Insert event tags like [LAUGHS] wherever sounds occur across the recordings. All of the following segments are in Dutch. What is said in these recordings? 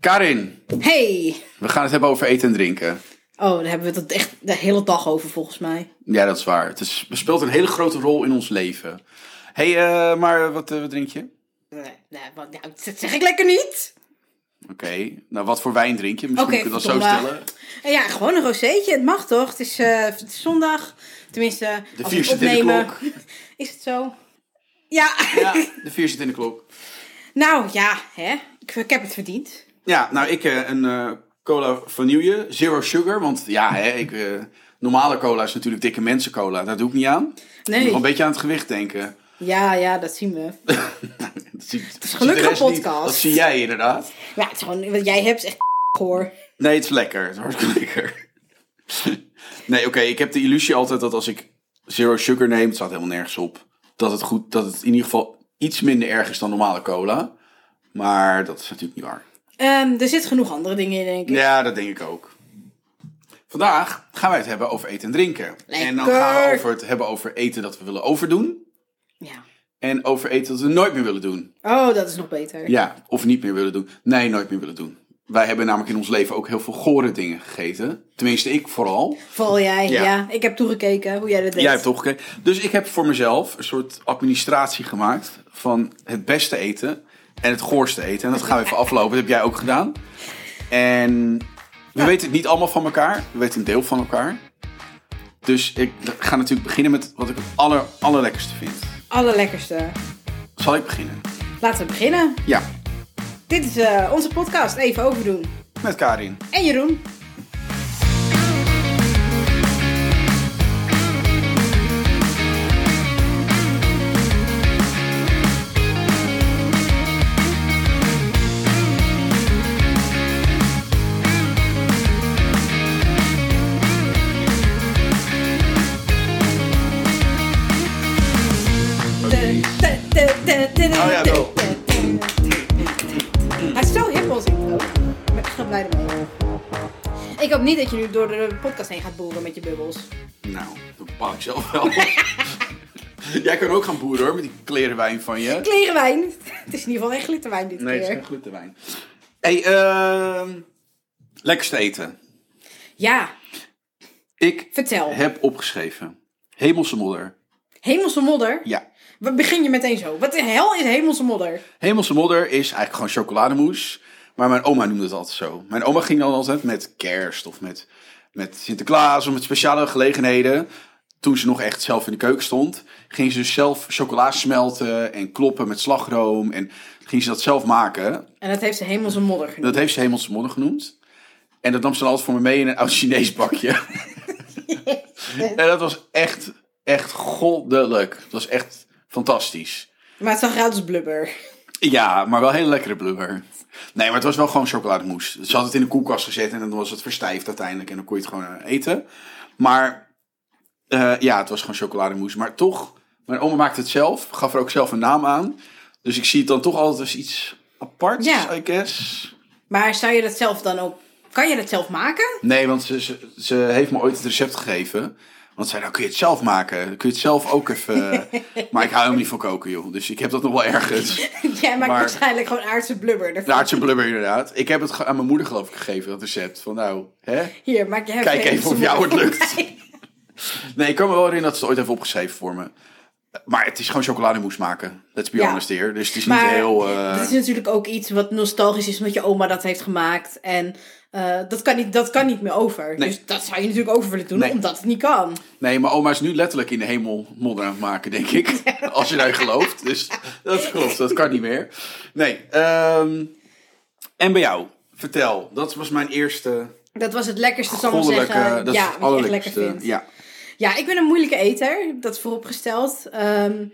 Karin, Hey! we gaan het hebben over eten en drinken. Oh, daar hebben we het echt de hele dag over volgens mij. Ja, dat is waar. Het is, het speelt een hele grote rol in ons leven. hey, eh, maar wat, eh, wat drink je? Nee, nee wat, nou, dat zeg ik lekker niet. Oké, nou wat voor wijn drink je? Misschien Oké, kun je dat zo verdomme. stellen. En ja, gewoon een rozeetje. Het mag toch? Het is, eh, het is zondag. Tenminste, De als vier we zit in de opnemen. klok. [LAUGHS] Is het zo? Ja. [LAUGHS] Ja, de vier zit in de klok. nou ja, hè. Ik, ik heb het verdiend. Ja, nou ik eh, een eh, cola vanille, zero sugar. Want ja, hè, ik, eh, normale cola is natuurlijk dikke mensen cola. Daar doe ik niet aan. Ik moet Nee. nog een beetje aan het gewicht denken. [LAUGHS] Ja, ja, dat zien we. [LAUGHS] Dat zie- dat ziet de gelukkig een rest niet. podcast. Dat zie jij inderdaad. Maar ja, het is gewoon, wat jij hebt is echt [LAUGHS] hoor. Nee, het is lekker. Het is hartstikke [LAUGHS] lekker. nee, oké. ik heb de illusie altijd dat als ik zero sugar neem, het staat helemaal nergens op, dat het, goed, dat het in ieder geval iets minder erg is dan normale cola. Maar dat is natuurlijk niet waar. Ehm, er zit genoeg andere dingen in, denk ik. Ja, dat denk ik ook. Vandaag gaan wij het hebben over eten en drinken. En dan Lekker. gaan we over het hebben over eten dat we willen overdoen. Ja. En over eten dat we nooit meer willen doen. Oh, dat is nog beter. Ja, of niet meer willen doen. Nee, nooit meer willen doen. Wij hebben namelijk in ons leven ook heel veel gore dingen gegeten. Tenminste, ik vooral. Vooral jij. Ja. Ja. Ik heb toegekeken hoe jij dat deed. Jij hebt opgekeken. Dus ik heb voor mezelf een soort administratie gemaakt van het beste eten en het goorste eten. En dat gaan we even aflopen. Dat heb jij ook gedaan. En we weten het niet allemaal van elkaar. We weten een deel van elkaar. Dus ik ga natuurlijk beginnen met wat ik het aller, allerlekkerste vind. Allerlekkerste. Zal ik beginnen? Laten we beginnen. Ja, Dit is eh, onze podcast. Even overdoen. met Karin. En Jeroen. Oh ja, wel. Hij is zo hip als intro. Ik ben echt heel blij ermee. Ik hoop niet dat je nu door de podcast heen gaat boeren met je bubbels. Nou, dat pak ik zelf wel. [LAUGHS] Jij kan ook gaan boeren hoor, met die klerenwijn van je. Klerenwijn. [LAUGHS] Het is in ieder geval echt glitterwijn dit Nee, het is keer. geen gluttenwijn. hey, ehm lekkerste eten. Ja, Ik vertel. heb opgeschreven. Hemelse modder. Hemelse modder. Ja. Wat begin je meteen zo? Wat de hel is hemelse modder? Hemelse modder is eigenlijk gewoon chocolademousse. Maar mijn oma noemde het altijd zo. Mijn oma ging dan altijd met kerst of met, met Sinterklaas of met speciale gelegenheden. Toen ze nog echt zelf in de keuken stond, ging ze dus zelf chocola smelten en kloppen met slagroom. En ging ze dat zelf maken. En dat heeft ze hemelse modder genoemd. Dat heeft ze hemelse modder genoemd. En dat nam ze dan altijd voor me mee in een oud Chinees bakje. en dat was echt, echt goddelijk. Dat was echt fantastisch. Maar het zag eruit als blubber. Ja, maar wel hele lekkere blubber. Nee, maar het was wel gewoon chocolademousse. Ze had het in de koelkast gezet en dan was het verstijfd uiteindelijk. En dan kon je het gewoon eh, eten. Maar eh, ja, het was gewoon chocolademousse. Maar toch, mijn oma maakte het zelf. Gaf er ook zelf een naam aan. Dus ik zie het dan toch altijd als iets aparts, Ja. I guess. Maar zou je dat zelf dan ook... Kan je dat zelf maken? [LAUGHS] Nee, want ze, ze, ze heeft me ooit het recept gegeven. Want zei, nou kun je het zelf maken. Dan kun je het zelf ook [LAUGHS] even... maar ik hou helemaal niet van koken, joh. Dus ik heb dat nog wel ergens. Jij maakt Maar- waarschijnlijk gewoon aardse blubber. Dat- Naartje blubber inderdaad. Ik heb het ge- aan mijn moeder geloof ik gegeven, dat recept. Van nou, hè? Hier, maak je even Kijk even hemelse of jou het modder. [LAUGHS] lukt. Nee, ik kan me wel herinneren dat ze het ooit heeft opgeschreven voor me. Maar het is gewoon chocolademousse maken. Let's be Ja. honest here. Dus het is niet Maar heel... eh, dat is natuurlijk ook iets wat nostalgisch is, omdat je oma dat heeft gemaakt. En eh, dat, kan niet, dat kan niet meer over. Nee. Dus dat zou je natuurlijk over willen doen, Nee. omdat het niet kan. Nee, maar oma is nu letterlijk in de hemel modder aan het maken, denk [LAUGHS] ik. Als je daarin gelooft. Dus dat klopt, dat kan niet meer. Nee. ehm, en bij jou, vertel. Dat was mijn eerste Dat was het lekkerste, zal ik maar goddelijke... zeggen. Dat ja, is wat je echt lekker allerlekste. vindt. Ja. Ja, ik ben een moeilijke eter, dat vooropgesteld. Ehm,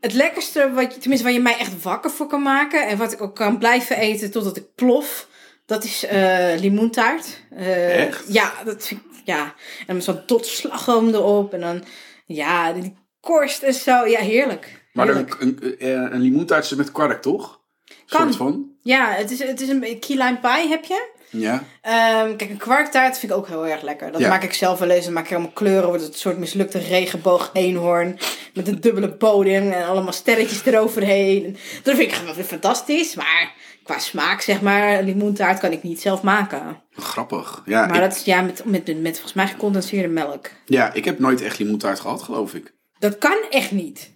het lekkerste, wat, je- tenminste waar je mij echt wakker voor kan maken... en wat ik ook kan blijven eten totdat ik plof... dat is eh, limoentaart. Eh, Echt? Ja, dat vind ik- ja. En met zo'n tot slagroom erop en dan... Ja, die korst en zo. Ja, heerlijk. Maar Heerlijk. een, een, eh, een limoentaart is met kwark, toch? Kan. Soort van. Ja, het is, het is een key lime pie heb je. Ja. Ehm, kijk, een kwarktaart vind ik ook heel erg lekker. Dat Ja. maak maak ik zelf wel eens. Dan maak ik helemaal kleuren. Wordt het een soort mislukte regenboog eenhoorn. Met een dubbele bodem en allemaal sterretjes eroverheen. En Dat vind ik gewoon fantastisch. Maar qua smaak, zeg maar, limoentaart kan ik niet zelf maken. Grappig. Ja, maar ik, dat is ja, met, met, met, met volgens mij gecondenseerde melk. ja, ik heb nooit echt limoentaart gehad, geloof ik. Dat kan echt niet.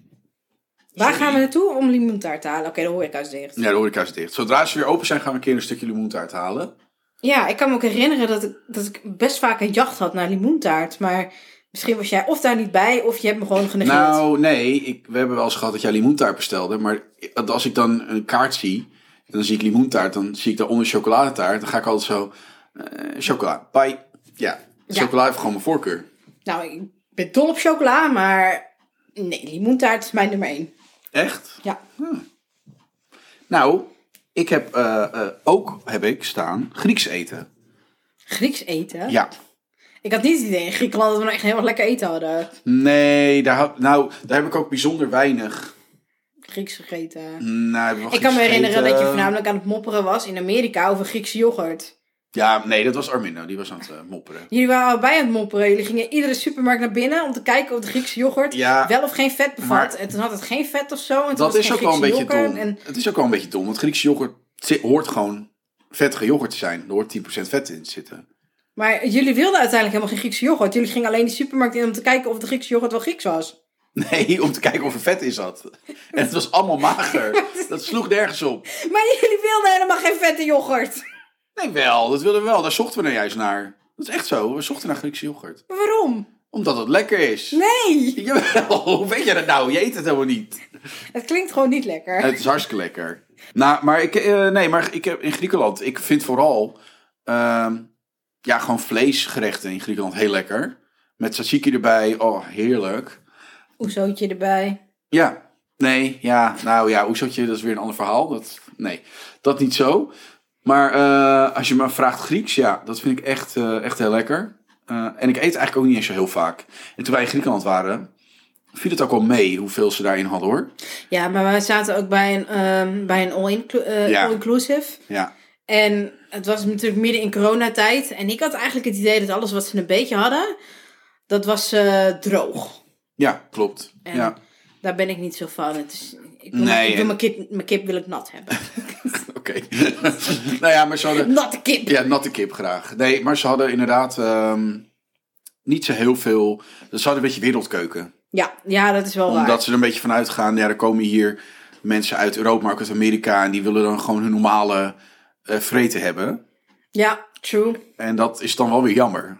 Waar Sorry. gaan we naartoe om limoentaart te halen? Oké, de horeca is dicht. Ja, de horeca is dicht. Zodra ze weer open zijn, gaan we een keer een stukje limoentaart halen. Ja, ik kan me ook herinneren dat ik, dat ik best vaak een jacht had naar limoentaart. Maar misschien was jij of daar niet bij, of je hebt me gewoon genegeerd. Nou, nee, ik, we hebben wel eens gehad dat jij limoentaart bestelde. Maar als ik dan een kaart zie, en dan zie ik limoentaart, dan zie ik daaronder chocoladetaart. Dan ga ik altijd zo, eh chocola, bye. Ja, Ja. chocola heeft gewoon mijn voorkeur. Nou, ik ben dol op chocola, maar nee, limoentaart is mijn nummer één. Echt? Ja. Nou, ik heb eh, eh, ook, heb ik staan, Grieks eten. Grieks eten? Ja. Ik had niet het idee in Griekenland dat we nou echt heel erg lekker eten hadden. Nee, daar, had- nou, daar heb ik ook bijzonder weinig. Grieks gegeten. Nou, hebben we ik Grieks kan me herinneren gegeten. dat je nou- voornamelijk aan het mopperen was in Amerika over Griekse yoghurt. Ja, nee, dat was Armino. Die was aan het eh, mopperen. Jullie waren allebei aan het mopperen. Jullie gingen iedere supermarkt naar binnen om te kijken of de Griekse yoghurt Ja. wel of geen vet bevat. Maar- en toen had het geen vet of zo. En toen was Dat het is geen ook wel een Griekse beetje dom. yoghurt. En Het is ook wel een beetje dom, want Griekse yoghurt zi- hoort gewoon vettige yoghurt te zijn. Er hoort 10% vet in te zitten. [LAUGHS] Maar jullie wilden uiteindelijk helemaal geen Griekse yoghurt. Jullie gingen alleen de supermarkt in om te kijken of de Griekse yoghurt wel Grieks was. Nee, om te kijken of er vet in zat. En het was allemaal [LAUGHS] mager. Dat sloeg nergens op. Maar [LAUGHS] jullie wilden helemaal geen vette yoghurt. Nee, wel, dat wilden we wel. Daar zochten we nou juist naar. Dat is echt zo. We zochten naar Griekse yoghurt. Maar waarom? Omdat het lekker is. [LAUGHS] Nee, Jawel, hoe weet jij dat nou? Je eet het helemaal niet. het klinkt gewoon niet lekker. Het is hartstikke lekker. Nou, maar ik, eh, nee, maar ik heb in Griekenland, ik vind vooral, ehm, ja, gewoon vleesgerechten in Griekenland heel lekker. Met tzatziki erbij, oh, heerlijk. Oezootje erbij. Ja, nee, ja, nou ja, oeseltje, dat is weer een ander verhaal. Dat, nee, dat niet zo. Maar eh, als je me vraagt Grieks, ja, dat vind ik echt, eh, echt heel lekker. Eh, en ik eet eigenlijk ook niet eens zo heel vaak. En toen wij in Griekenland waren, viel het ook wel mee hoeveel ze daarin hadden hoor. Ja, maar we zaten ook bij een, ehm, bij een all-inclu- eh, Ja. all-inclusive. Ja, En het was natuurlijk midden in coronatijd. En ik had eigenlijk het idee dat alles wat ze een beetje hadden, dat was eh, droog. ja klopt. En Ja. daar ben ik niet zo van. Het is, ik wil, Nee, mijn, ik wil en- mijn, kip, mijn kip wil ik nat hebben. Oké. [LAUGHS] nou ja, maar ze hadden... Natte kip. Ja, natte kip graag. Nee, maar ze hadden inderdaad ehm, niet zo heel veel... Ze hadden een beetje wereldkeuken. Ja, ja, dat is wel waar. Omdat ze er een beetje van uitgaan... Ja, er komen hier mensen uit Europa, maar ook uit Amerika... en die willen dan gewoon hun normale eh vreten hebben. Ja, true. En dat is dan wel weer jammer.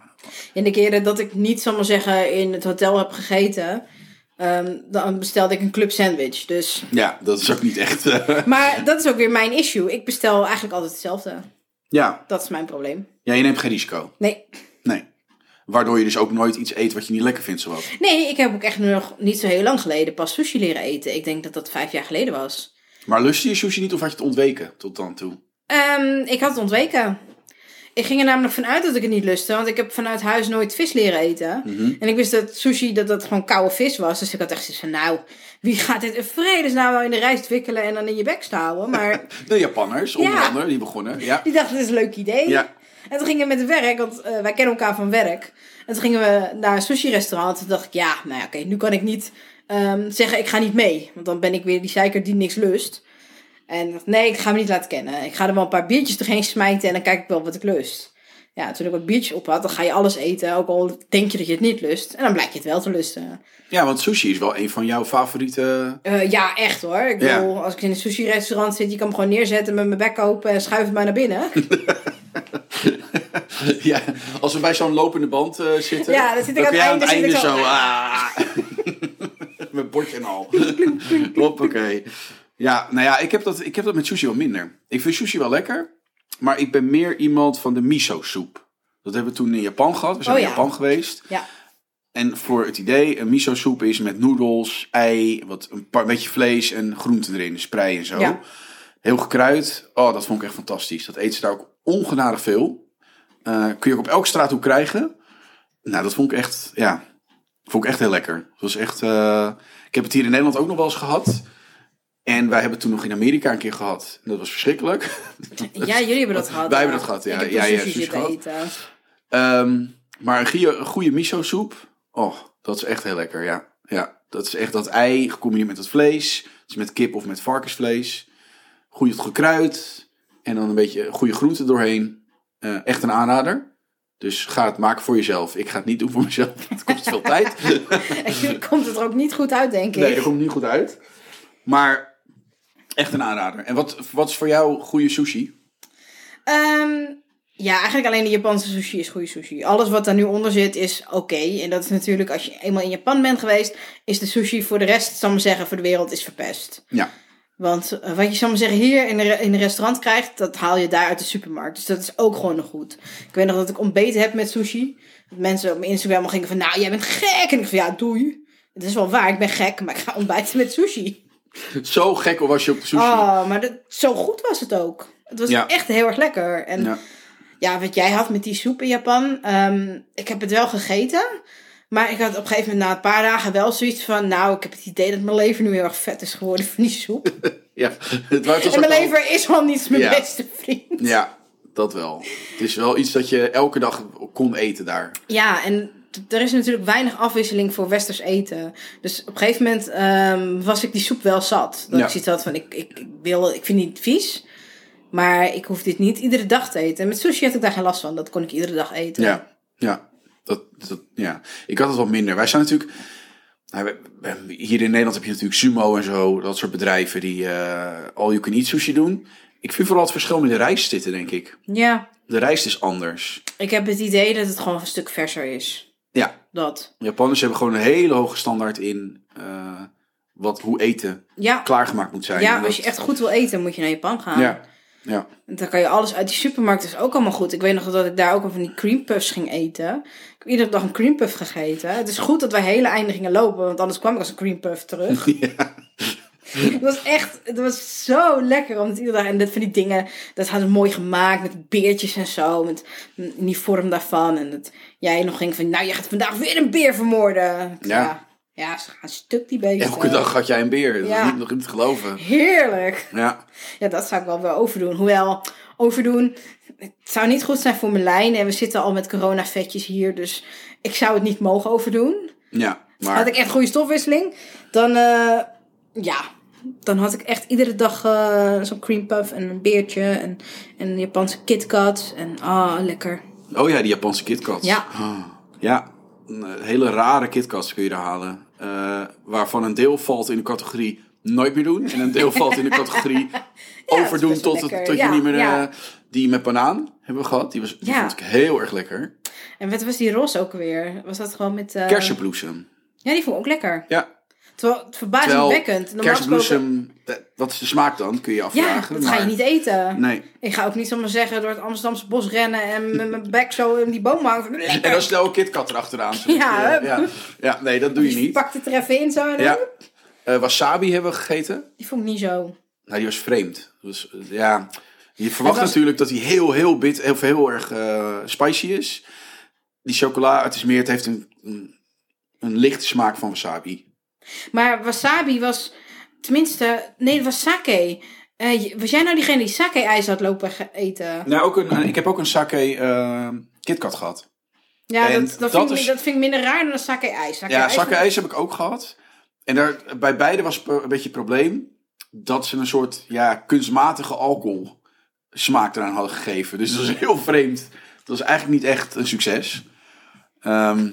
En de keren dat ik niet, zal maar zeggen, in het hotel heb gegeten, ehm, dan bestelde ik een club sandwich. Dus. Ja, dat is ook niet echt... eh, [LAUGHS] Maar dat is ook weer mijn issue. Ik bestel eigenlijk altijd hetzelfde. ja. Dat is mijn probleem. ja, je neemt geen risico. Nee, Nee. Waardoor je dus ook nooit iets eet wat je niet lekker vindt, zowat. nee ik heb ook echt nog niet zo heel lang geleden pas sushi leren eten. Ik denk dat dat vijf jaar geleden was. Maar lustte je sushi niet of had je het ontweken tot dan toe? Ehm, ik had het ontweken. Ik ging er namelijk vanuit dat ik het niet lustte, want ik heb vanuit huis nooit vis leren eten. En ik wist dat sushi dat dat gewoon koude vis was. Dus ik had echt zoiets van, nou, wie gaat dit in vredesnaam nou in de rijst wikkelen en dan in je bek stouwen? Maar De Japanners, onder Ja. andere, die begonnen. Ja. Die dachten, dit is een leuk idee. Ja. En toen gingen we met het werk, want eh, wij kennen elkaar van werk. En toen gingen we naar een sushi-restaurant. Toen dacht ik, ja, nou ja, oké, nu kan ik niet ehm, zeggen, ik ga niet mee. Want dan ben ik weer die zeiker die niks lust. En ik dacht, nee, ik ga me niet laten kennen. Ik ga er wel een paar biertjes doorheen smijten en dan kijk ik wel wat ik lust. Ja, toen ik wat biertjes op had, dan ga je alles eten. Ook al denk je dat je het niet lust. En dan blijkt je het wel te lusten. Ja, want sushi is wel een van jouw favoriete. Eh, ja, echt hoor. Ik Ja. bedoel, als ik in een sushi-restaurant zit, je kan me gewoon neerzetten met mijn bek open en schuif het maar naar [LAUGHS] binnen. eh, ja, als we bij zo'n lopende band eh, zitten. Ja, dan zit ik aan ben het jij einde, zit ik zo. zo- [LAUGHS] ah. [LAUGHS] Met bordje en al. Hoppakee. Ja, nou ja, ik heb, dat, ik heb dat met sushi wel minder. Ik vind sushi wel lekker, maar ik ben meer iemand van de miso-soep. Dat hebben we toen in Japan gehad. We zijn Oh, in ja. Japan geweest. Ja. En voor het idee, een miso-soep is met noedels, ei, wat, een paar, beetje vlees en groenten erin, sprei en zo. Ja. Heel gekruid. Oh, dat vond ik echt fantastisch. Dat eten ze daar ook ongenadig veel. Eh, kun je ook op elke straathoek krijgen. Nou, dat vond ik echt, ja, vond ik echt heel lekker. Het was echt, eh, ik heb het hier in Nederland ook nog wel eens gehad. En wij hebben het toen nog in Amerika een keer gehad. En dat was verschrikkelijk. [LAUGHS] Ja, jullie hebben dat gehad. Wij ja. hebben dat gehad, ja. Ik heb Ja, toen ja, sushi sushi zitten gehad. eten. [LAUGHS] Ehm, maar een goede, een goede miso-soep. Oh, dat is echt heel lekker, ja. ja. Dat is echt dat ei gecombineerd met het vlees. Dus met kip of met varkensvlees. Goed gekruid. En dan een beetje goede groenten doorheen. Eh, echt een aanrader. Dus ga het maken voor jezelf. Ik ga het niet doen voor mezelf. Het kost [LAUGHS] veel tijd. En komt het er ook niet goed uit, denk ik. Nee, dat komt niet goed uit. Maar echt een aanrader. En wat, wat is voor jou goede sushi? Ehm, ja, eigenlijk alleen de Japanse sushi is goede sushi. Alles wat daar nu onder zit is oké. En dat is natuurlijk, als je eenmaal in Japan bent geweest, is de sushi voor de rest, zal ik maar zeggen, voor de wereld is verpest. Ja. Want eh, wat je, zal ik maar zeggen, hier in een, re- in een restaurant krijgt, dat haal je daar uit de supermarkt. Dus dat is ook gewoon nog goed. Ik weet nog dat ik ontbeten heb met sushi. Dat mensen op mijn Instagram al gingen van, nou, jij bent gek. En ik van, ja, doei. Het is wel waar, ik ben gek, maar ik ga ontbijten met sushi. Zo gek was je op sushi. Oh, maar dat, zo goed was het ook. Het was Ja. echt heel erg lekker. En Ja. ja, wat jij had met die soep in Japan. ehm, ik heb het wel gegeten. Maar ik had op een gegeven moment na een paar dagen wel zoiets van... Nou, ik heb het idee dat mijn lever nu heel erg vet is geworden van die [LAUGHS] soep. ja. Het was en mijn lever is al niet mijn Ja. beste vriend. Ja, dat wel. Het is wel iets dat je elke dag kon eten daar. Ja, en t- er is natuurlijk weinig afwisseling voor westers eten. Dus op een gegeven moment ehm, was ik die soep wel zat. Dat Ja. ik zoiets had van, ik, ik, ik, wil, ik vind het niet vies. Maar ik hoef dit niet iedere dag te eten. En met sushi had ik daar geen last van. Dat kon ik iedere dag eten. Ja, ja. Dat, dat, ja. Ik had het wat minder. Wij zijn natuurlijk. nou, we- we- Hier in Nederland heb je natuurlijk Sumo en zo. Dat soort bedrijven die eh all you can eat sushi doen. Ik vind vooral het verschil met de rijst zitten, denk ik. ja. De rijst is anders. Ik heb het idee dat het gewoon een stuk verser is. Ja, Dat. Japanners hebben gewoon een hele hoge standaard in eh, wat, hoe eten Ja, klaargemaakt moet zijn. En ja dat- als je echt goed wil eten, moet je naar Japan gaan. Ja, ja. Want Dan kan je alles uit die supermarkt, dat is ook allemaal goed. Ik weet nog dat ik daar ook al van die cream puffs ging eten. Ik heb iedere dag een cream puff gegeten. Het is goed dat wij hele eindigingen lopen, want anders kwam ik als een cream [LAUGHS] puff terug. Het was echt, het was zo lekker om het iedere dag. En dat van die dingen, dat hadden ze mooi gemaakt met beertjes en zo. Met in die vorm daarvan. En dat jij nog ging van, nou je gaat vandaag weer een beer vermoorden. Ik zei, Ja. Ja, ja ze gaan stuk die beesten. Elke dag had jij een beer. Dat Ja. is niet, nog niet te geloven. Heerlijk. Ja. Ja, dat zou ik wel weer overdoen. Hoewel, overdoen, het zou niet goed zijn voor mijn lijn. En we zitten al met coronavetjes hier, dus ik zou het niet mogen overdoen. Ja, maar... Had ik echt goede stofwisseling, dan eh, ja, dan had ik echt iedere dag eh, zo'n cream puff en een beertje en, en een Japanse KitKat. En ah, lekker. Oh ja, die Japanse KitKats. Ja. Ah, ja, een eh, hele rare KitKats kun je er halen. Eh, waarvan een deel valt in de categorie nooit meer doen. En een deel valt in de [LAUGHS] categorie dat is overdoen best wel tot, het- lekker. tot Ja, je niet meer... eh, ja. die met banaan hebben we gehad. Die, was, die Ja. vond ik heel erg lekker. En wat was die roze ook weer? Was dat gewoon met... eh, Kersenbloesem. Ja, die vond ik ook lekker. Ja, Terwijl het terwijl verbazingwekkend. Normaal gesproken- kersenbloesem... eh, Wat is de smaak dan? Kun je je Ja, afvragen. dat ga je maar- niet eten. Nee. Ik ga ook niet zomaar zeggen door het Amsterdamse bos rennen en met mijn bek zo in die boom hangen. Van, En dan lekker. snel een KitKat erachteraan. zodat Ja, je- hè? ja. ja, nee, dat doe je niet. Pak het er even in zo. En Ja. Eh, wasabi hebben we gegeten. Die vond ik niet zo. Nou, die was vreemd. Dus eh, ja, je verwacht Het was- natuurlijk dat hij heel, heel bit, heel, heel erg eh, spicy is. Die chocola, het is meer, het heeft een, een, een lichte smaak van wasabi. Maar wasabi was, tenminste, nee, het was sake. Eh, je- was jij nou diegene die sake-ijs had lopen ge- eten? Nou, ook een, ik heb ook een sake eh KitKat gehad. Ja, En dat, dat, dat vind ik, is- mi- dat vind ik minder raar dan sake-ijs. Sake ja, sake ijs heb ik ook gehad. En daar, bij beide was pe- een beetje het probleem dat ze een soort ja, kunstmatige alcohol smaak eraan hadden gegeven. Dus dat was heel vreemd. Dat was eigenlijk niet echt een succes. Ehm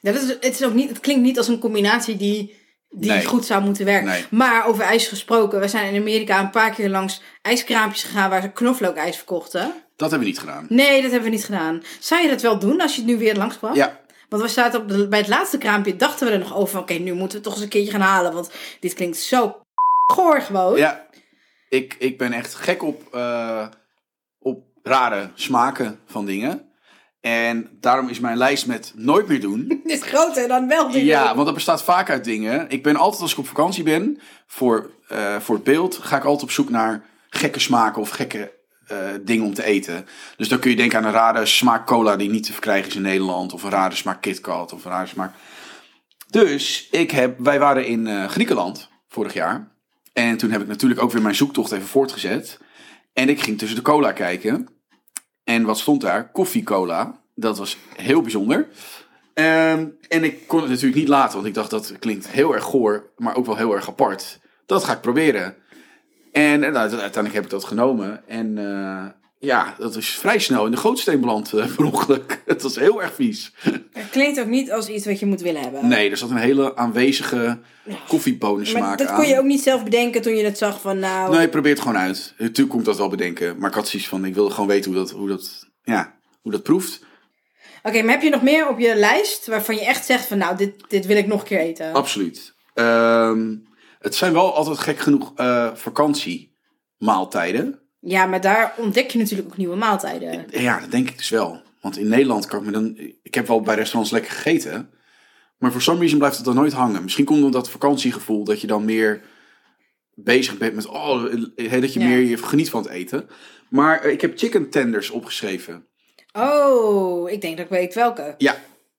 Ja, dat is, het, is ook niet, het klinkt niet als een combinatie die, die Nee. goed zou moeten werken. Nee. Maar over ijs gesproken, we zijn in Amerika een paar keer langs ijskraampjes gegaan waar ze knoflookijs verkochten. dat hebben we niet gedaan. Nee, dat hebben we niet gedaan. Zou je dat wel doen als je het nu weer langs kwam? Ja, Want we zaten op de- bij het laatste kraampje, dachten we er nog over van... Oké, nu moeten we het toch eens een keertje gaan halen, want dit klinkt zo goor gewoon. Ja, ik, ik ben echt gek op, eh, op rare smaken van dingen. En daarom is mijn lijst met nooit meer doen. [LAUGHS] Dit is groter dan wel. dit Ja, want dat bestaat vaak uit dingen. Ik ben altijd, als ik op vakantie ben, voor, eh, voor het beeld, ga ik altijd op zoek naar gekke smaken of gekke eh, dingen om te eten. Dus dan kun je denken aan een rare smaak cola die niet te verkrijgen is in Nederland. Of een rare smaak KitKat of een rare smaak... Dus ik heb, wij waren in eh, Griekenland vorig jaar. En toen heb ik natuurlijk ook weer mijn zoektocht even voortgezet. En ik ging tussen de cola kijken. En wat stond daar? Koffie cola. Dat was heel bijzonder. Ehm, en ik kon het natuurlijk niet laten, want ik dacht dat klinkt heel erg goor, maar ook wel heel erg apart. Dat ga ik proberen. En eh, nou, uiteindelijk heb ik dat genomen. En eh, ja, dat is vrij snel in de gootsteen beland eh, per ongeluk. [LAUGHS] Het was heel erg vies. Het klinkt ook niet als iets wat je moet willen hebben. Nee, er zat een hele aanwezige Maar koffiebonensmaak dat aan. kon je ook niet zelf bedenken toen je het zag van nou... Nee, probeer het gewoon uit. Natuurlijk kon ik dat wel bedenken. Maar ik had zoiets van, ik wilde gewoon weten hoe dat, hoe dat, ja, hoe dat proeft. Oké, maar heb je nog meer op je lijst waarvan je echt zegt van nou, dit, dit wil ik nog een keer eten? Oh. Absoluut. Ehm, het zijn wel altijd gek genoeg eh, vakantiemaaltijden. Ja, maar daar ontdek je natuurlijk ook nieuwe maaltijden. Ja, dat denk ik dus wel. Want in Nederland kan ik me dan... Ik heb wel bij restaurants lekker gegeten. Maar voor some reason blijft het dan nooit hangen. Misschien komt omdat vakantiegevoel dat je dan meer bezig bent met... Oh, hè, dat je Ja. meer je geniet van het eten. Maar eh, ik heb chicken tenders opgeschreven. Oh, ik denk dat ik weet welke. Ja,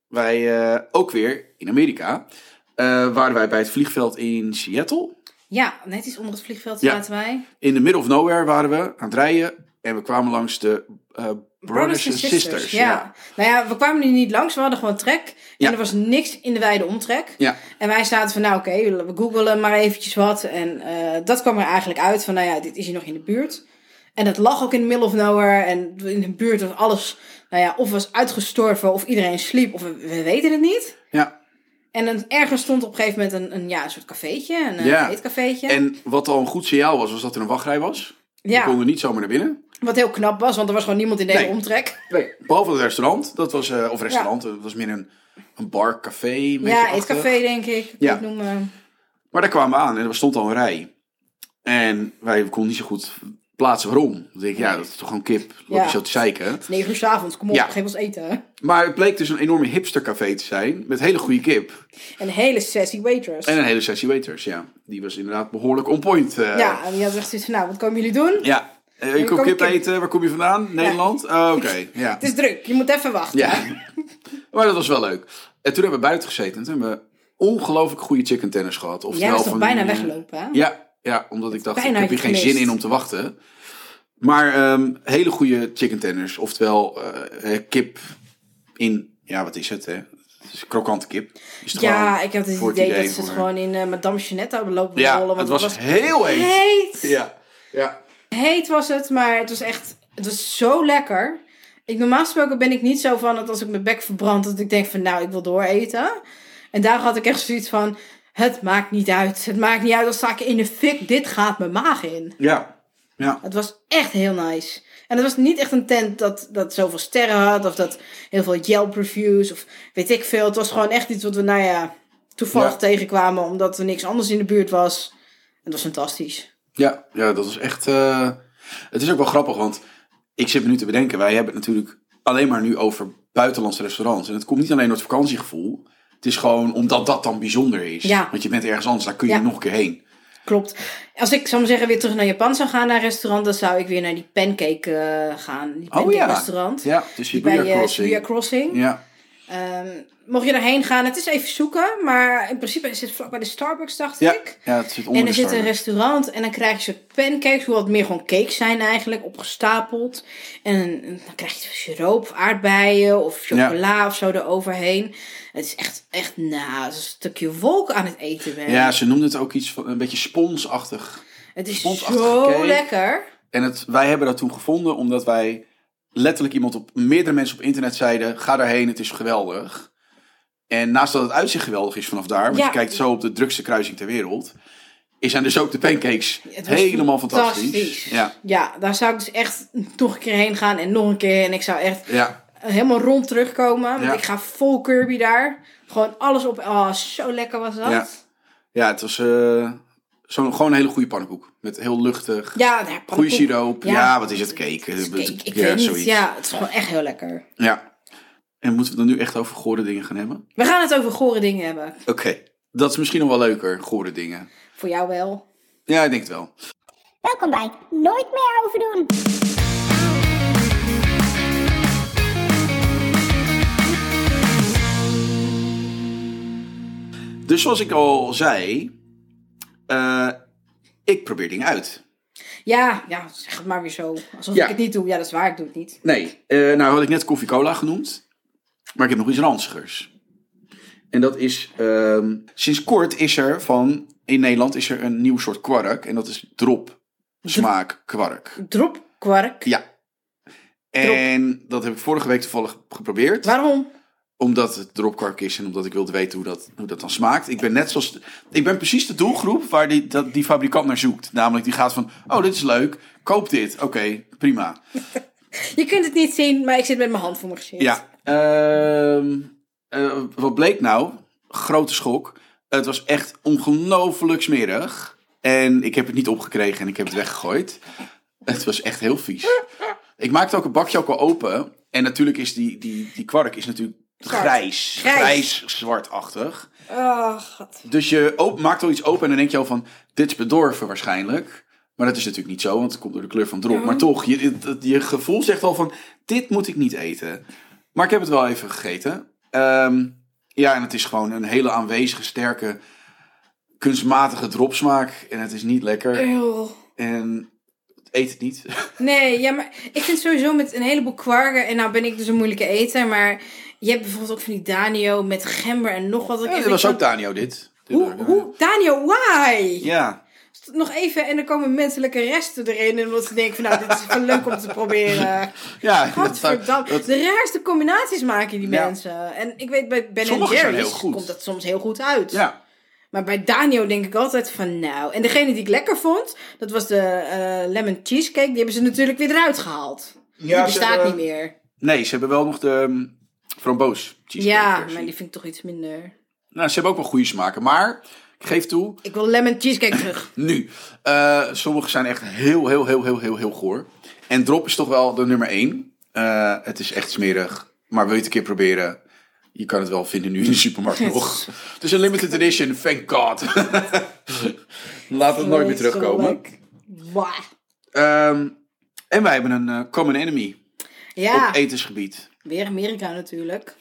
wij eh, ook weer in Amerika. eh, waren wij bij het vliegveld in Seattle. Ja, net iets onder het vliegveld Ja. zaten wij. In de middle of nowhere waren we aan het rijden. En we kwamen langs de eh, Brothers and and Sisters. ja. Nou ja, we kwamen er niet langs, we hadden gewoon trek. En Ja. er was niks in de wijde omtrek. Ja. En wij zaten van, nou oké, we googelen maar eventjes wat. En eh, dat kwam er eigenlijk uit van, nou ja, dit is hier nog in de buurt. En dat lag ook in the middle of nowhere. En in de buurt was alles, nou ja, of was uitgestorven, of iedereen sliep, of we, we weten het niet. Ja. En dan ergens stond op een gegeven moment een, een, ja, een soort cafeetje, een eh, Ja. eetcafeetje. En wat al een goed signaal was, was dat er een wachtrij was. We ja, konden niet zomaar naar binnen. wat heel knap was, want er was gewoon niemand in deze Nee. omtrek. Behalve het restaurant. Dat was, eh, of restaurant, dat was meer een, een bar, café. een beetje Ja, achtig. eetcafé denk ik. Ja. Ik noem, eh, Maar daar kwamen we aan en er stond al een rij. En wij konden niet zo goed plaatsen waarom. Dan denk ik, ja, dat is toch gewoon kip. Loop je Ja. zo te zeiken. 9 uur 's avonds, kom op, Ja. geef ons eten. Maar het bleek dus een enorme hipstercafé te zijn. Met hele goede kip. Een hele sassy waitress. En een hele sessie waiters, ja. Die was inderdaad behoorlijk on point. eh. ja, en die had echt zoiets van, nou, wat komen jullie doen? Ja. Eh, ik kom kom kip kip. eten. Waar kom je vandaan? Nederland? Oh, Oké, [LAUGHS] ja. Het is druk, je moet even wachten. Ja. [LAUGHS] Maar dat was wel leuk. En toen hebben we buiten gezeten. En toen hebben we ongelooflijk goede chicken tenders gehad. Of Jij was nog bijna weggelopen, hè? eh, Ja, ja, omdat ik dacht, Bijna ik heb had je hier geen zin gemist. in om te wachten. Maar ehm, hele goede chicken tenders. Oftewel eh, eh, kip in, ja wat is het hè? Het is krokante kip. Is het Ja, gewoon ik had het voor idee, het idee dat ze het voor- gewoon in eh, Madame Jeanette hadden lopen Ja, rollen. het was heel heet. Heet. Ja, ja. Heet was het, maar het was echt, het was zo lekker. Ik, normaal gesproken ben ik niet zo van dat als ik mijn bek verbrand, dat ik denk van nou, ik wil dooreten. En daar had ik echt zoiets van, het maakt niet uit. Het maakt niet uit, als sta ik in de fik, dit gaat mijn maag in. Ja, ja. Het was echt heel nice. En het was niet echt een tent dat, dat zoveel sterren had. Of dat heel veel Yelp reviews. Of weet ik veel. Het was gewoon echt iets wat we nou ja, toevallig Ja. tegenkwamen. Omdat er niks anders in de buurt was. En dat was fantastisch. Ja, ja, dat is echt. eh, Het is ook wel grappig, want ik zit me nu te bedenken. Wij hebben het natuurlijk alleen maar nu over buitenlandse restaurants. En het komt niet alleen door het vakantiegevoel. Het is gewoon omdat dat dan bijzonder is. Ja. Want je bent ergens anders, daar kun je Ja. nog een keer heen. Klopt. Als ik, zou maar zeggen, weer terug naar Japan zou gaan naar een restaurant. Dan zou ik weer naar die pancake eh, gaan. Die pancake restaurant. Oh Ja, het is Die bij Shibuya eh, Crossing. Shibuya Crossing. Ja, Ehm, mocht je daarheen gaan, het is even zoeken. Maar in principe is het vlak bij de Starbucks, dacht ja, ik. ja, het zit onder En de er zit een Starbucks. restaurant en dan krijg je soort pancakes, hoewel het meer gewoon cakes zijn eigenlijk, opgestapeld. En dan krijg je siroop of aardbeien of chocola of zo eroverheen. Het is echt, echt, nou, het is een stukje wolk aan het eten ben. Ja, ze noemden het ook iets van een beetje sponsachtig. het is sponsachtige zo cake. lekker. En het, wij hebben dat toen gevonden omdat wij letterlijk iemand op meerdere mensen op internet zeiden: ga daarheen, het is geweldig. En naast dat het uitzicht geweldig is vanaf daar, want Ja. je kijkt zo op de drukste kruising ter wereld, is- zijn dus ook de pancakes Het was helemaal fantastisch. Ja. ja, daar zou ik dus echt nog een keer heen gaan en nog een keer. En ik zou echt Ja, helemaal rond terugkomen, want Ja. ik ga vol Kirby daar. Gewoon alles op, oh, zo lekker was dat. Ja. ja, het was eh, zo'n gewoon een hele goede pannenkoek. Met heel luchtig, Ja, nou, goede pannenkoek. siroop. Ja. Ja. wat is het? Cake. Het is cake, Ik Ja, weet niet. zoiets. Ja, het is gewoon echt heel lekker. Ja. En moeten we het dan nu echt over gore dingen gaan hebben? We gaan het over gore dingen hebben. Oké, dat is misschien nog wel leuker, gore dingen. Voor jou wel. Ja, ik denk het wel. Welkom bij Nooit meer overdoen. Dus zoals ik al zei, eh, ik probeer dingen uit. Ja, ja, zeg het maar weer zo. Alsof Ja. ik het niet doe. Ja, dat is waar, ik doe het niet. Nee, eh, nou had ik net koffie cola genoemd, maar ik heb nog iets ranzigers. En dat is, ehm, sinds kort is er van, in Nederland is er een nieuw soort kwark en dat is drop smaak kwark. Dropkwark. Ja. En dat heb ik vorige week toevallig geprobeerd. Waarom? Omdat het dropkwark is en omdat ik wilde weten hoe dat, hoe dat dan smaakt. Ik ben net zoals. Ik ben precies de doelgroep waar die, dat, die fabrikant naar zoekt. Namelijk die gaat van: oh, dit is leuk, koop dit. Oké, prima. Je kunt het niet zien, maar ik zit met mijn hand voor mijn gezicht. Ja. Ehm, eh, wat bleek nou? Grote schok. Het was echt ongelooflijk smerig. En ik heb het niet opgekregen en ik heb het weggegooid. Het was echt heel vies. Ik maakte ook een bakje ook al open. En natuurlijk is die, die, die kwark is natuurlijk Zwart. grijs. Grijs. Grijs, zwartachtig. Oh, god. Dus je op, maakt al iets open en dan denk je al van, dit is bedorven waarschijnlijk. Maar dat is natuurlijk niet zo, want het komt door de kleur van drop. Maar toch, je, het- het- je gevoel zegt al van, dit moet ik niet eten. Maar ik heb het wel even gegeten. Ehm, ja, en het is gewoon een hele aanwezige, sterke, kunstmatige dropsmaak. En het is niet lekker. Eeuw. En eet het [LAUGHS] niet. Nee, ja, maar ik vind sowieso met een heleboel kwargen... En nou ben ik dus een moeilijke eter, maar... Je hebt bijvoorbeeld ook van die Danio met gember en nog wat. Ja, Ik echt dat was denk ook van, Danio dit. Hoe, hoe? Danio, why? Ja. Nog even en dan komen menselijke resten erin. En wat ze denken van nou, dit is even leuk om te proberen. [LAUGHS] Ja, dat- Godverdamme. dat- De raarste combinaties maken die Ja. mensen. En ik weet, bij Ben Sommige zijn Jerry's heel goed. komt dat soms heel goed uit. ja. Maar bij Danio denk ik altijd van nou. En degene die ik lekker vond, dat was de eh, lemon cheesecake. Die hebben ze natuurlijk weer eruit gehaald. Ja, die ze bestaat hebben- niet meer. Nee, ze hebben wel nog de ehm, framboos cheesecake Ja, versie. maar die vind ik toch iets minder. Nou, ze hebben ook wel goede smaken, maar ik geef toe, Ik wil lemon cheesecake terug. nu. eh, sommige zijn echt heel, heel, heel, heel, heel, heel goor. En drop is toch wel de nummer één. Eh, het is echt smerig, maar wil je het een keer proberen? Je kan het wel vinden nu in de supermarkt nog. Het is een limited edition, thank god. Laat het nooit meer terugkomen. Vreselijk. Wah. Ehm, en wij hebben een eh, common enemy Ja, op etensgebied. weer Amerika natuurlijk.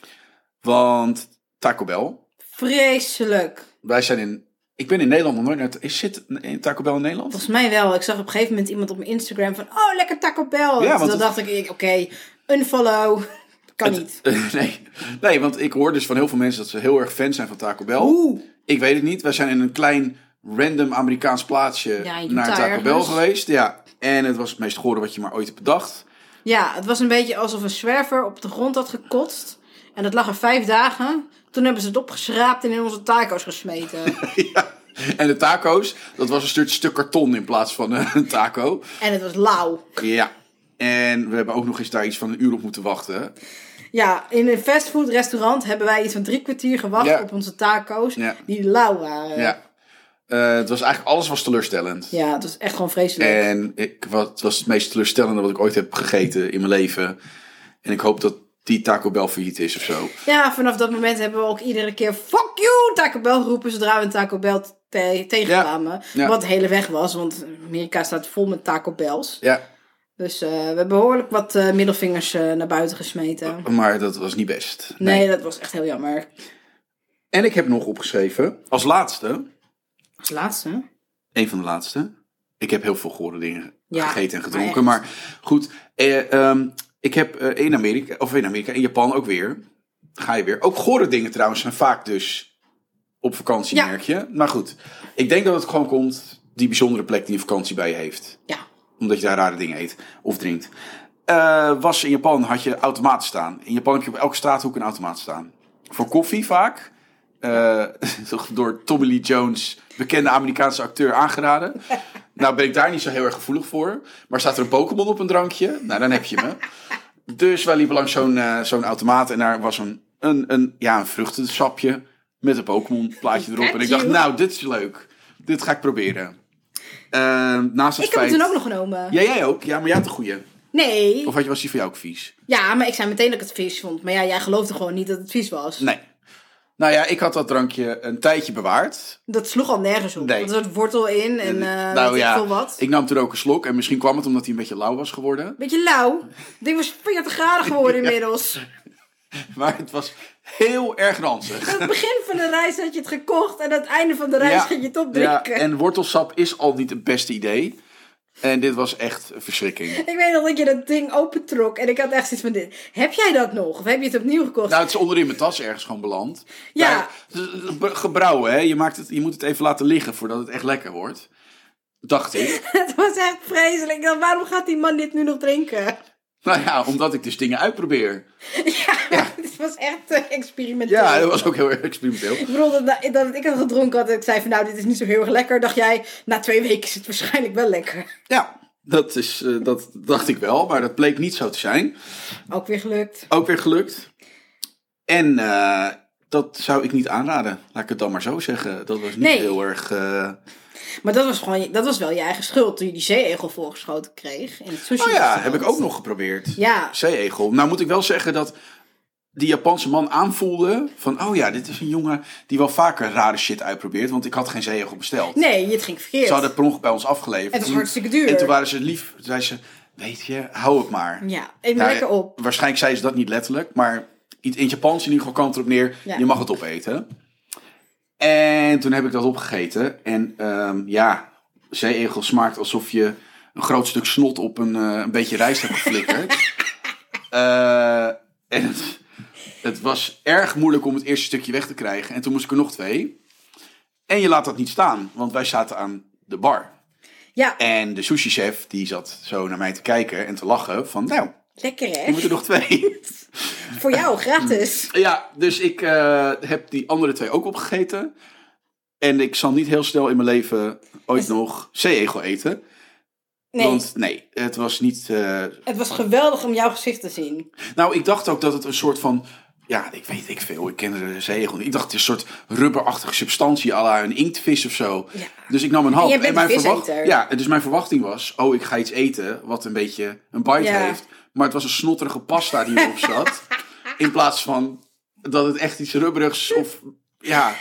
Want Taco Bell, Vreselijk. wij zijn in... Ik ben in Nederland nog nooit naar... Is zit een Taco Bell in Nederland? Volgens mij wel. Ik zag op een gegeven moment iemand op mijn Instagram van... Oh, lekker Taco Bell. Ja, want Toen het- dacht ik, oké, unfollow. [LAUGHS] Kan niet. [LAUGHS] nee. nee, want ik hoor dus van heel veel mensen dat ze heel erg fan zijn van Taco Bell. Oeh. Ik weet het niet. Wij zijn in een klein random Amerikaans plaatsje Ja, in Utah naar Taco Bell ergens. geweest. Ja. En het was het meest gore wat je maar ooit hebt bedacht. Ja, het was een beetje alsof een zwerver op de grond had gekotst. En dat lag er vijf dagen. Toen hebben ze het opgeschraapt en in onze taco's [LAUGHS] gesmeten. ja. En de taco's, dat was een stuk, stuk karton in plaats van eh, een taco. en het was lauw. Ja. En we hebben ook nog eens daar iets van een uur op moeten wachten. Ja, in een fastfoodrestaurant hebben wij iets van drie kwartier gewacht Ja. op onze taco's. Ja. Die lauw waren. Ja. Eh, het was eigenlijk, alles was teleurstellend. Ja, het was echt gewoon vreselijk. En ik, wat, het was het meest teleurstellende wat ik ooit heb gegeten in mijn leven. En ik hoop dat die Taco Bell failliet is of zo. Ja, vanaf dat moment hebben we ook iedere keer fuck you Taco Bell geroepen zodra we een Taco Bell te- tegenkwamen. ja. Wat de hele weg was, want Amerika staat vol met Taco Bells. Ja, Dus eh, we hebben behoorlijk wat eh, middelvingers eh, naar buiten gesmeten. maar dat was niet best. Nee. dat was echt heel jammer. En ik heb nog opgeschreven, als laatste, Als laatste. een van de laatste. Ik heb heel veel gore dingen Ja, gegeten en maar gedronken. echt. Maar, goed, eh, ehm, ik heb eh, in Amerika, of in Amerika, in Japan ook weer. Ga je weer. Ook gore dingen trouwens zijn vaak dus op vakantie, Ja. merk je. Maar goed, ik denk dat het gewoon komt, die bijzondere plek die een vakantie bij je heeft. Ja. omdat je daar rare dingen eet of drinkt. Eh, was in Japan had je automaten staan. In Japan heb je op elke straathoek een automaat staan. Voor koffie vaak. Eh, [LAUGHS] toch door Tommy Lee Jones, bekende Amerikaanse acteur, aangeraden. [LAUGHS] Nou ben ik daar niet zo heel erg gevoelig voor. Maar staat er een Pokémon op een drankje? Nou, dan heb je me. Dus wij liepen langs zo'n eh, zo'n automaat en daar was een, een, een, ja, een vruchtensapje met een Pokémon plaatje erop. En ik dacht, nou, dit is leuk. Dit ga ik proberen. Eh, naast het Ik heb het feit- toen ook nog genomen. ja, jij ook. Ja, maar jij had een goeie. Nee. Of had je, was die voor jou ook vies? Ja, maar ik zei meteen dat ik het vies vond. Maar ja, jij geloofde gewoon niet dat het vies was. Nee. Nou ja, ik had dat drankje een tijdje bewaard. Dat sloeg al nergens op. Nee. Er zat wortel in en eh nou weet ja, ik veel wat. ik nam toen ook een slok. En misschien kwam het omdat hij een beetje lauw was geworden. [LAUGHS] Beetje lauw. Het ding was 40 graden geworden inmiddels. Maar het was heel erg ranzig. Aan het begin van de reis had je het gekocht en aan het einde van de reis ging je het ja, opdrinken. en wortelsap is al niet het beste idee. En dit was echt een [LAUGHS] verschrikking. Ik weet nog dat je dat ding opentrok en ik had echt zoiets van dit. Heb jij dat nog? Of heb je het opnieuw gekocht? Nou, het is onderin mijn tas ergens gewoon beland. Nou, Ja. Daar- gebrouwen, hè. Je, maakt het, je moet het even laten liggen voordat het echt lekker wordt. Dacht [LAUGHS] ik. [LAUGHS] Het was echt vreselijk. Ik dacht, Waarom gaat die man dit nu nog drinken? [LAUGHS] Nou ja, omdat ik dus dingen uitprobeer. [LAUGHS] Het was echt eh, experimenteel. Ja, dat was ook heel erg experimenteel. Ik bedoel, dat, dat, ik had gedronken had, ik zei van nou, dit is niet zo heel erg lekker. Dacht jij, na twee weken is het waarschijnlijk wel lekker. [LAUGHS] Ja, dat, is, eh, dat dacht ik wel, maar dat bleek niet zo te zijn. Ook weer gelukt. Ook weer gelukt. En eh, dat zou ik niet aanraden. Laat ik het dan maar zo zeggen. Dat was niet Nee. heel erg... eh, Maar dat was, gewoon, dat was wel je eigen schuld toen je die zeeegel voorgeschoten kreeg. In het sushi Oh ja, restaurant. heb ik ook nog geprobeerd. Ja, Zeeegel. Nou moet ik wel zeggen dat die Japanse man aanvoelde van... Oh ja, dit is een jongen die wel vaker rare shit uitprobeert. Want ik had geen zeeegel besteld. nee, het ging verkeerd. Ze hadden het per ongeluk bij ons afgeleverd. Het was Toen- hartstikke duur. En toen waren ze lief. Toen zei ze, weet je, hou het maar. Ja, eet maar Nou, lekker op. Waarschijnlijk zei ze dat niet letterlijk, maar in het Japans in ieder geval kant erop neer. Ja. Je mag het opeten. En toen heb ik dat opgegeten. En ehm, ja, zeeegel smaakt alsof je een groot stuk snot op een, eh, een beetje rijst hebt geflikkerd. Eh, en het, het was erg moeilijk om het eerste stukje weg te krijgen. En toen moest ik er nog twee. En je laat dat niet staan, want wij zaten aan de bar. Ja, En de sushi-chef die zat zo naar mij te kijken en te lachen van... Nou, lekker je hè? moet er nog twee. Voor jou, gratis. Ja, dus ik eh, heb die andere twee ook opgegeten. En ik zal niet heel snel in mijn leven ooit nog zeeegel eten. [CLEARS THROAT] Nee, Want nee, het was niet... eh, het was geweldig om jouw gezicht te zien. Nou, ik dacht ook dat het een soort van... Ja, ik weet ik veel. Ik ken de zeeegel. niet. Ik dacht het is een soort rubberachtige substantie à la een inktvis of zo. Ja. Dus ik nam een hap. jij bent een viseter. ja, dus mijn verwachting was... Oh, ik ga iets eten wat een beetje een bite Ja. heeft. Maar het was een snotterige pasta die [LAUGHS] erop zat. in plaats van dat het echt iets rubberigs of... Ja,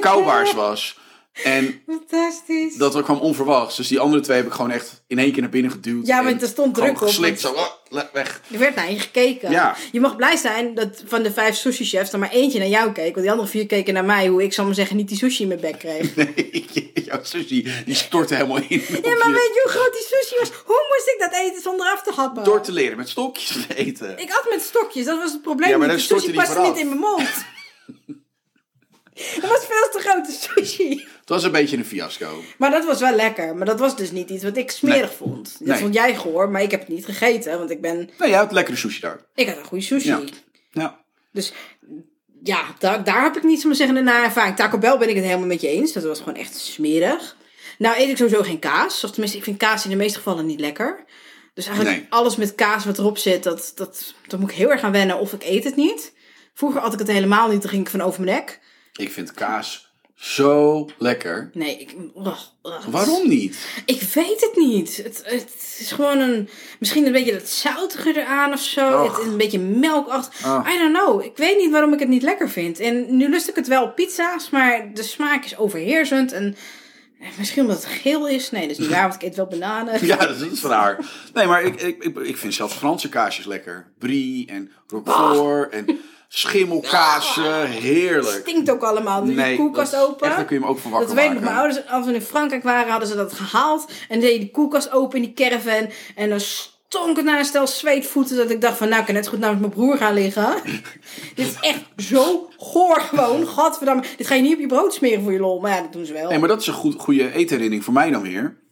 kauwbaars was. En Fantastisch. dat kwam onverwachts. Dus die andere twee heb ik gewoon echt in één keer naar binnen geduwd. Ja, en want er stond gewoon druk op. geslikt. Zo, ah, le- weg. Er werd naar je gekeken. Ja. Je mag blij zijn dat van de vijf sushi-chefs er maar eentje naar jou keek. Want die andere vier keken naar mij, hoe ik, zal maar zeggen, niet die sushi in mijn [LAUGHS] bek kreeg. Nee, jouw sushi, die stortte helemaal in. Ja, maar weet je hoe groot die sushi was? Hoe moest ik dat eten zonder af te happen? Door te leren met stokjes te eten. Ik at met stokjes, dat was het probleem. Ja, maar niet. dan de sushi stortte die paste vooraf. niet in mijn mond. [LAUGHS] dat was veel te grote sushi. Het was een beetje een fiasco. Maar dat was wel lekker. Maar dat was dus niet iets wat ik smerig vond. Dat Nee. vond jij gehoor, maar ik heb het niet gegeten. Want ik ben... Nou, jij had lekkere sushi daar. Ik had een goede sushi. Ja. Ja. Dus ja, daar, daar heb ik niets om te zeggen naar ervaring. Taco Bell ben ik het helemaal met je eens. Dat was gewoon echt smerig. Nou eet ik sowieso geen kaas. Of tenminste, ik vind kaas in de meeste gevallen niet lekker. Dus eigenlijk Nee. alles met kaas wat erop zit, dat, dat, dat moet ik heel erg aan wennen. Of ik eet het niet. Vroeger had ik het helemaal niet, dan ging ik van over mijn nek. Ik vind kaas zo lekker. Nee, ik... ugh, ugh. Waarom niet? [LAUGHS] Ik weet het niet. Het, het is gewoon een... Misschien een beetje dat zoutige eraan of zo. Och. Het, een beetje melkachtig. Ah. I don't know. Ik weet niet waarom ik het niet lekker vind. En nu lust ik het wel op pizza's, maar de smaak is overheersend. En eh, misschien omdat het geel is. Nee, dat is niet waar, want ik eet wel [LAUGHS] bananen. Ja, dat is raar. Nee, maar ik, ik, ik, ik vind zelfs Franse kaasjes lekker. Brie en roquefort en schimmelkaasje. Het Heerlijk. stinkt ook allemaal. Doe je koelkast dat is open. Echt, daar kun je hem ook voor wakker dat weet ik nog. maken. Mijn ouders, als we in Frankrijk waren, hadden ze dat gehaald. En deden die koelkast open in die caravan. En dan stonk het naar een stel zweetvoeten. Dat ik dacht van, nou, ik kan net zo goed namens mijn broer gaan [LAUGHS] liggen. dit is echt zo goor gewoon. Gadverdamme. Dit ga je niet op je brood smeren voor je lol. Maar ja, dat doen ze wel. Nee, maar dat is een goed, goede eetherinnering voor mij dan weer.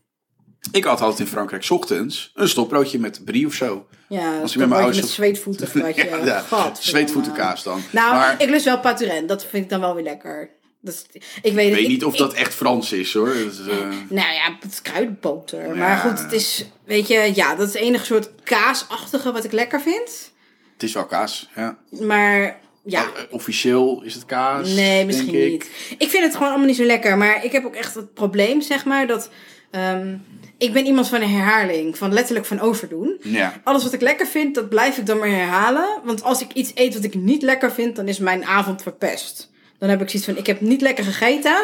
Ik had altijd in Frankrijk 's ochtends een stokbroodje met brie of zo. ja, als als ik met mijn ouders- met [LAUGHS] zweetvoeten. Fratje. Ja, ja. Gadverdamme. Zweetvoetenkaas dan. Nou, maar ik ik lust wel paturen. Dat vind ik dan wel weer lekker. Dat is, ik weet, het weet ik- niet of ik- dat echt Frans is hoor. Dat is, eh, Nou ja, het is kruidboter. Ja. Maar goed, het is, weet je, ja, dat is het enige soort kaasachtige wat ik lekker vind. het is wel kaas. Ja. Maar ja, Eh, Officieel is het kaas. nee, misschien denk ik. niet. Ik vind het gewoon allemaal niet zo lekker. Maar ik heb ook echt het probleem, zeg maar, dat ehm, ik ben iemand van een herhaling. Van letterlijk van overdoen. Ja. Alles wat ik lekker vind, dat blijf ik dan maar herhalen. Want als ik iets eet wat ik niet lekker vind, dan is mijn avond verpest. Dan heb ik zoiets van, ik heb niet lekker gegeten.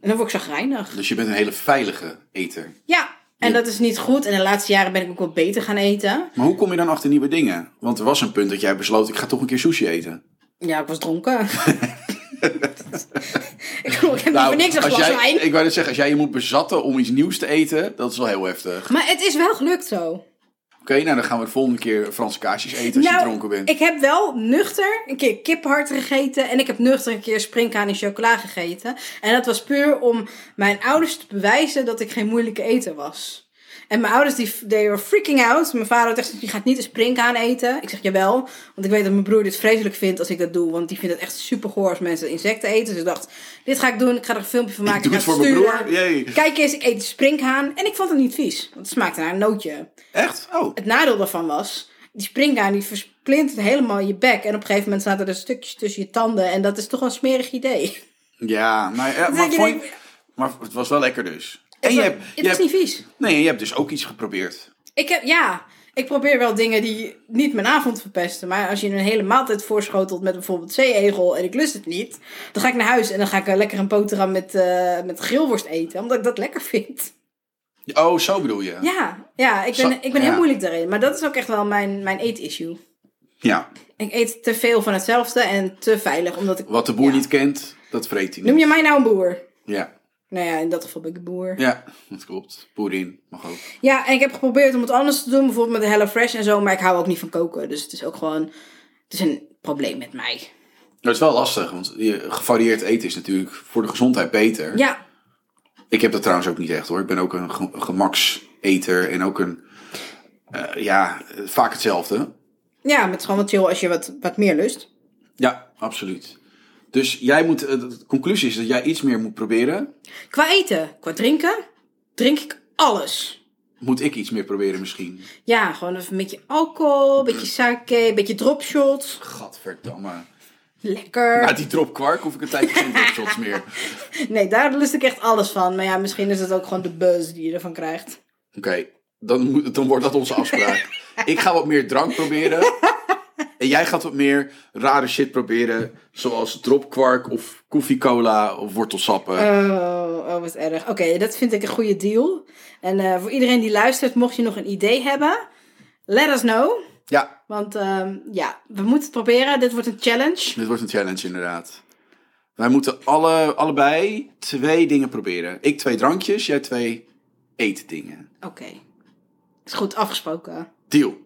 En dan word ik chagrijnig. Dus je bent een hele veilige eter. Ja, en dat is niet goed. En de laatste jaren ben ik ook wel beter gaan eten. Maar hoe kom je dan achter nieuwe dingen? Want er was een punt dat jij besloot, ik ga toch een keer sushi eten. Ja, ik was [LAUGHS] dronken. [LAUGHS] ik heb niet voor niks een Nou, als glas jij, wijn. ik wou net zeggen, als jij je moet bezatten om iets nieuws te eten, dat is wel heel heftig. Maar het is wel gelukt zo. nou dan gaan we de volgende keer Franse kaasjes eten als je dronken bent. Nou, ik heb wel nuchter een keer kiphart gegeten. En ik heb nuchter een keer springkaan in chocola gegeten. En dat was puur om mijn ouders te bewijzen dat ik geen moeilijke eter was. En mijn ouders, die, they were freaking out. Mijn vader had echt, je gaat niet een springkaan eten. Ik zeg, jawel. Want ik weet dat mijn broer dit vreselijk vindt als ik dat doe. Want die vindt het echt super goor als mensen insecten eten. Dus ik dacht, dit ga ik doen. Ik ga er een filmpje van maken. doe ga het voor mijn sturen. broer. Jee. Kijk eens, ik eet een springhaan. En ik vond het niet vies. Want het smaakte naar een nootje Echt? Oh. het nadeel daarvan was, die springhaan die versplintert helemaal je bek. En op een gegeven moment zaten er stukjes tussen je tanden. En dat is toch wel een smerig idee. Ja, nou ja, maar, denk je, vond je- denk- maar het was wel lekker dus. [LAUGHS] En Het, je wa- hebt, het je was hebt- niet vies. nee, je hebt dus ook iets geprobeerd. Ik heb, ja, ik probeer wel dingen die niet mijn avond verpesten. Maar als je een hele maaltijd voorschotelt met bijvoorbeeld zeeegel en ik lust het niet. Dan ga ik naar huis en dan ga ik eh, lekker een boterham met, eh, met grillworst eten. Omdat ik dat lekker vind. Oh, zo bedoel je? Ja, ja ik ben, Zo- ik ben ja. heel moeilijk daarin. Maar dat is ook echt wel mijn, mijn eetissue. Ja. Ik eet te veel van hetzelfde en te veilig. Omdat ik, Wat de boer Ja. niet kent, dat vreet hij niet. Noem je mij nou een boer? Ja. Nou ja, in dat geval ben ik een boer. Ja. ja, dat klopt. Boerin, mag ook. en ik heb geprobeerd om het anders te doen. Bijvoorbeeld met HelloFresh en zo. Maar ik hou ook niet van koken. Dus het is ook gewoon... Het is een probleem met mij. Dat is wel lastig, want je- gevarieerd eten is natuurlijk voor de gezondheid beter. Ja, Ik heb dat trouwens ook niet echt hoor. Ik ben ook een ge- gemakseter en ook een, eh, ja, eh, vaak hetzelfde. ja maar het is gewoon wat chill als je wat, wat meer lust. Ja, absoluut. Dus jij moet, eh, de conclusie is dat jij iets meer moet proberen. Qua eten, qua drinken, drink ik alles. Moet ik iets meer proberen misschien? Ja, gewoon een beetje alcohol, een beetje sake, een beetje dropshots. Gadverdamme. Lekker. Uit die drop kwark hoef ik een tijdje geen dropshots meer. Oké, Nee, daar lust ik echt alles van. Maar ja, misschien is het ook gewoon de buzz die je ervan krijgt. dan, moet- dan wordt dat onze afspraak. Ik ga wat meer drank proberen. En jij gaat wat meer rare shit proberen. Zoals dropkwark of koffiecola of wortelsappen. Oh, oh, wat erg. Oké, dat vind ik een goede deal. En eh, voor iedereen die luistert, mocht je nog een idee hebben, let us know. Ja, Want ehm, ja, we moeten het proberen. Dit wordt een challenge. Dit wordt een challenge inderdaad. Wij moeten alle, allebei twee dingen proberen. Ik twee drankjes, jij twee eetdingen. Oké. Is goed afgesproken. Deal.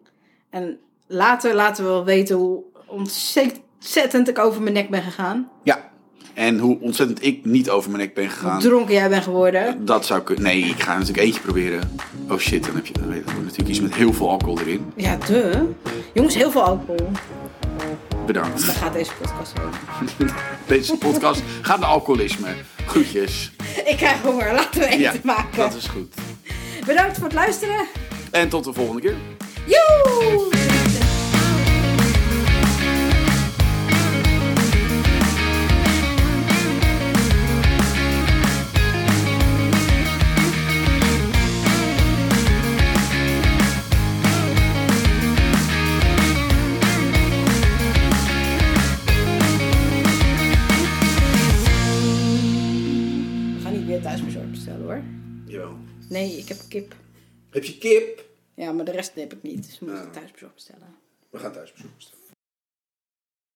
En later laten we wel weten hoe ontzettend ik over mijn nek ben gegaan. Ja. En hoe ontzettend ik niet over mijn nek ben Hoe gegaan. dronken jij bent geworden. Dat zou kunnen. Nee, ik ga natuurlijk eentje proberen. Oh shit, dan heb je dan weet ik, natuurlijk iets met heel veel alcohol erin. Ja, duh. Jongens, heel veel alcohol. Daar Bedankt. gaat deze podcast over. Deze podcast gaat naar alcoholisme. Groetjes. Ik krijg honger. Laten we eten Ja, maken. dat is goed. Bedankt voor het luisteren. En tot de volgende keer. Joe! We gaan niet weer thuisbezorgd bestellen hoor. Yo. Nee, ik heb kip. Heb je kip? Ja, maar de rest heb ik niet. Dus we moeten thuisbezorgd bestellen. We gaan thuis bezoeken.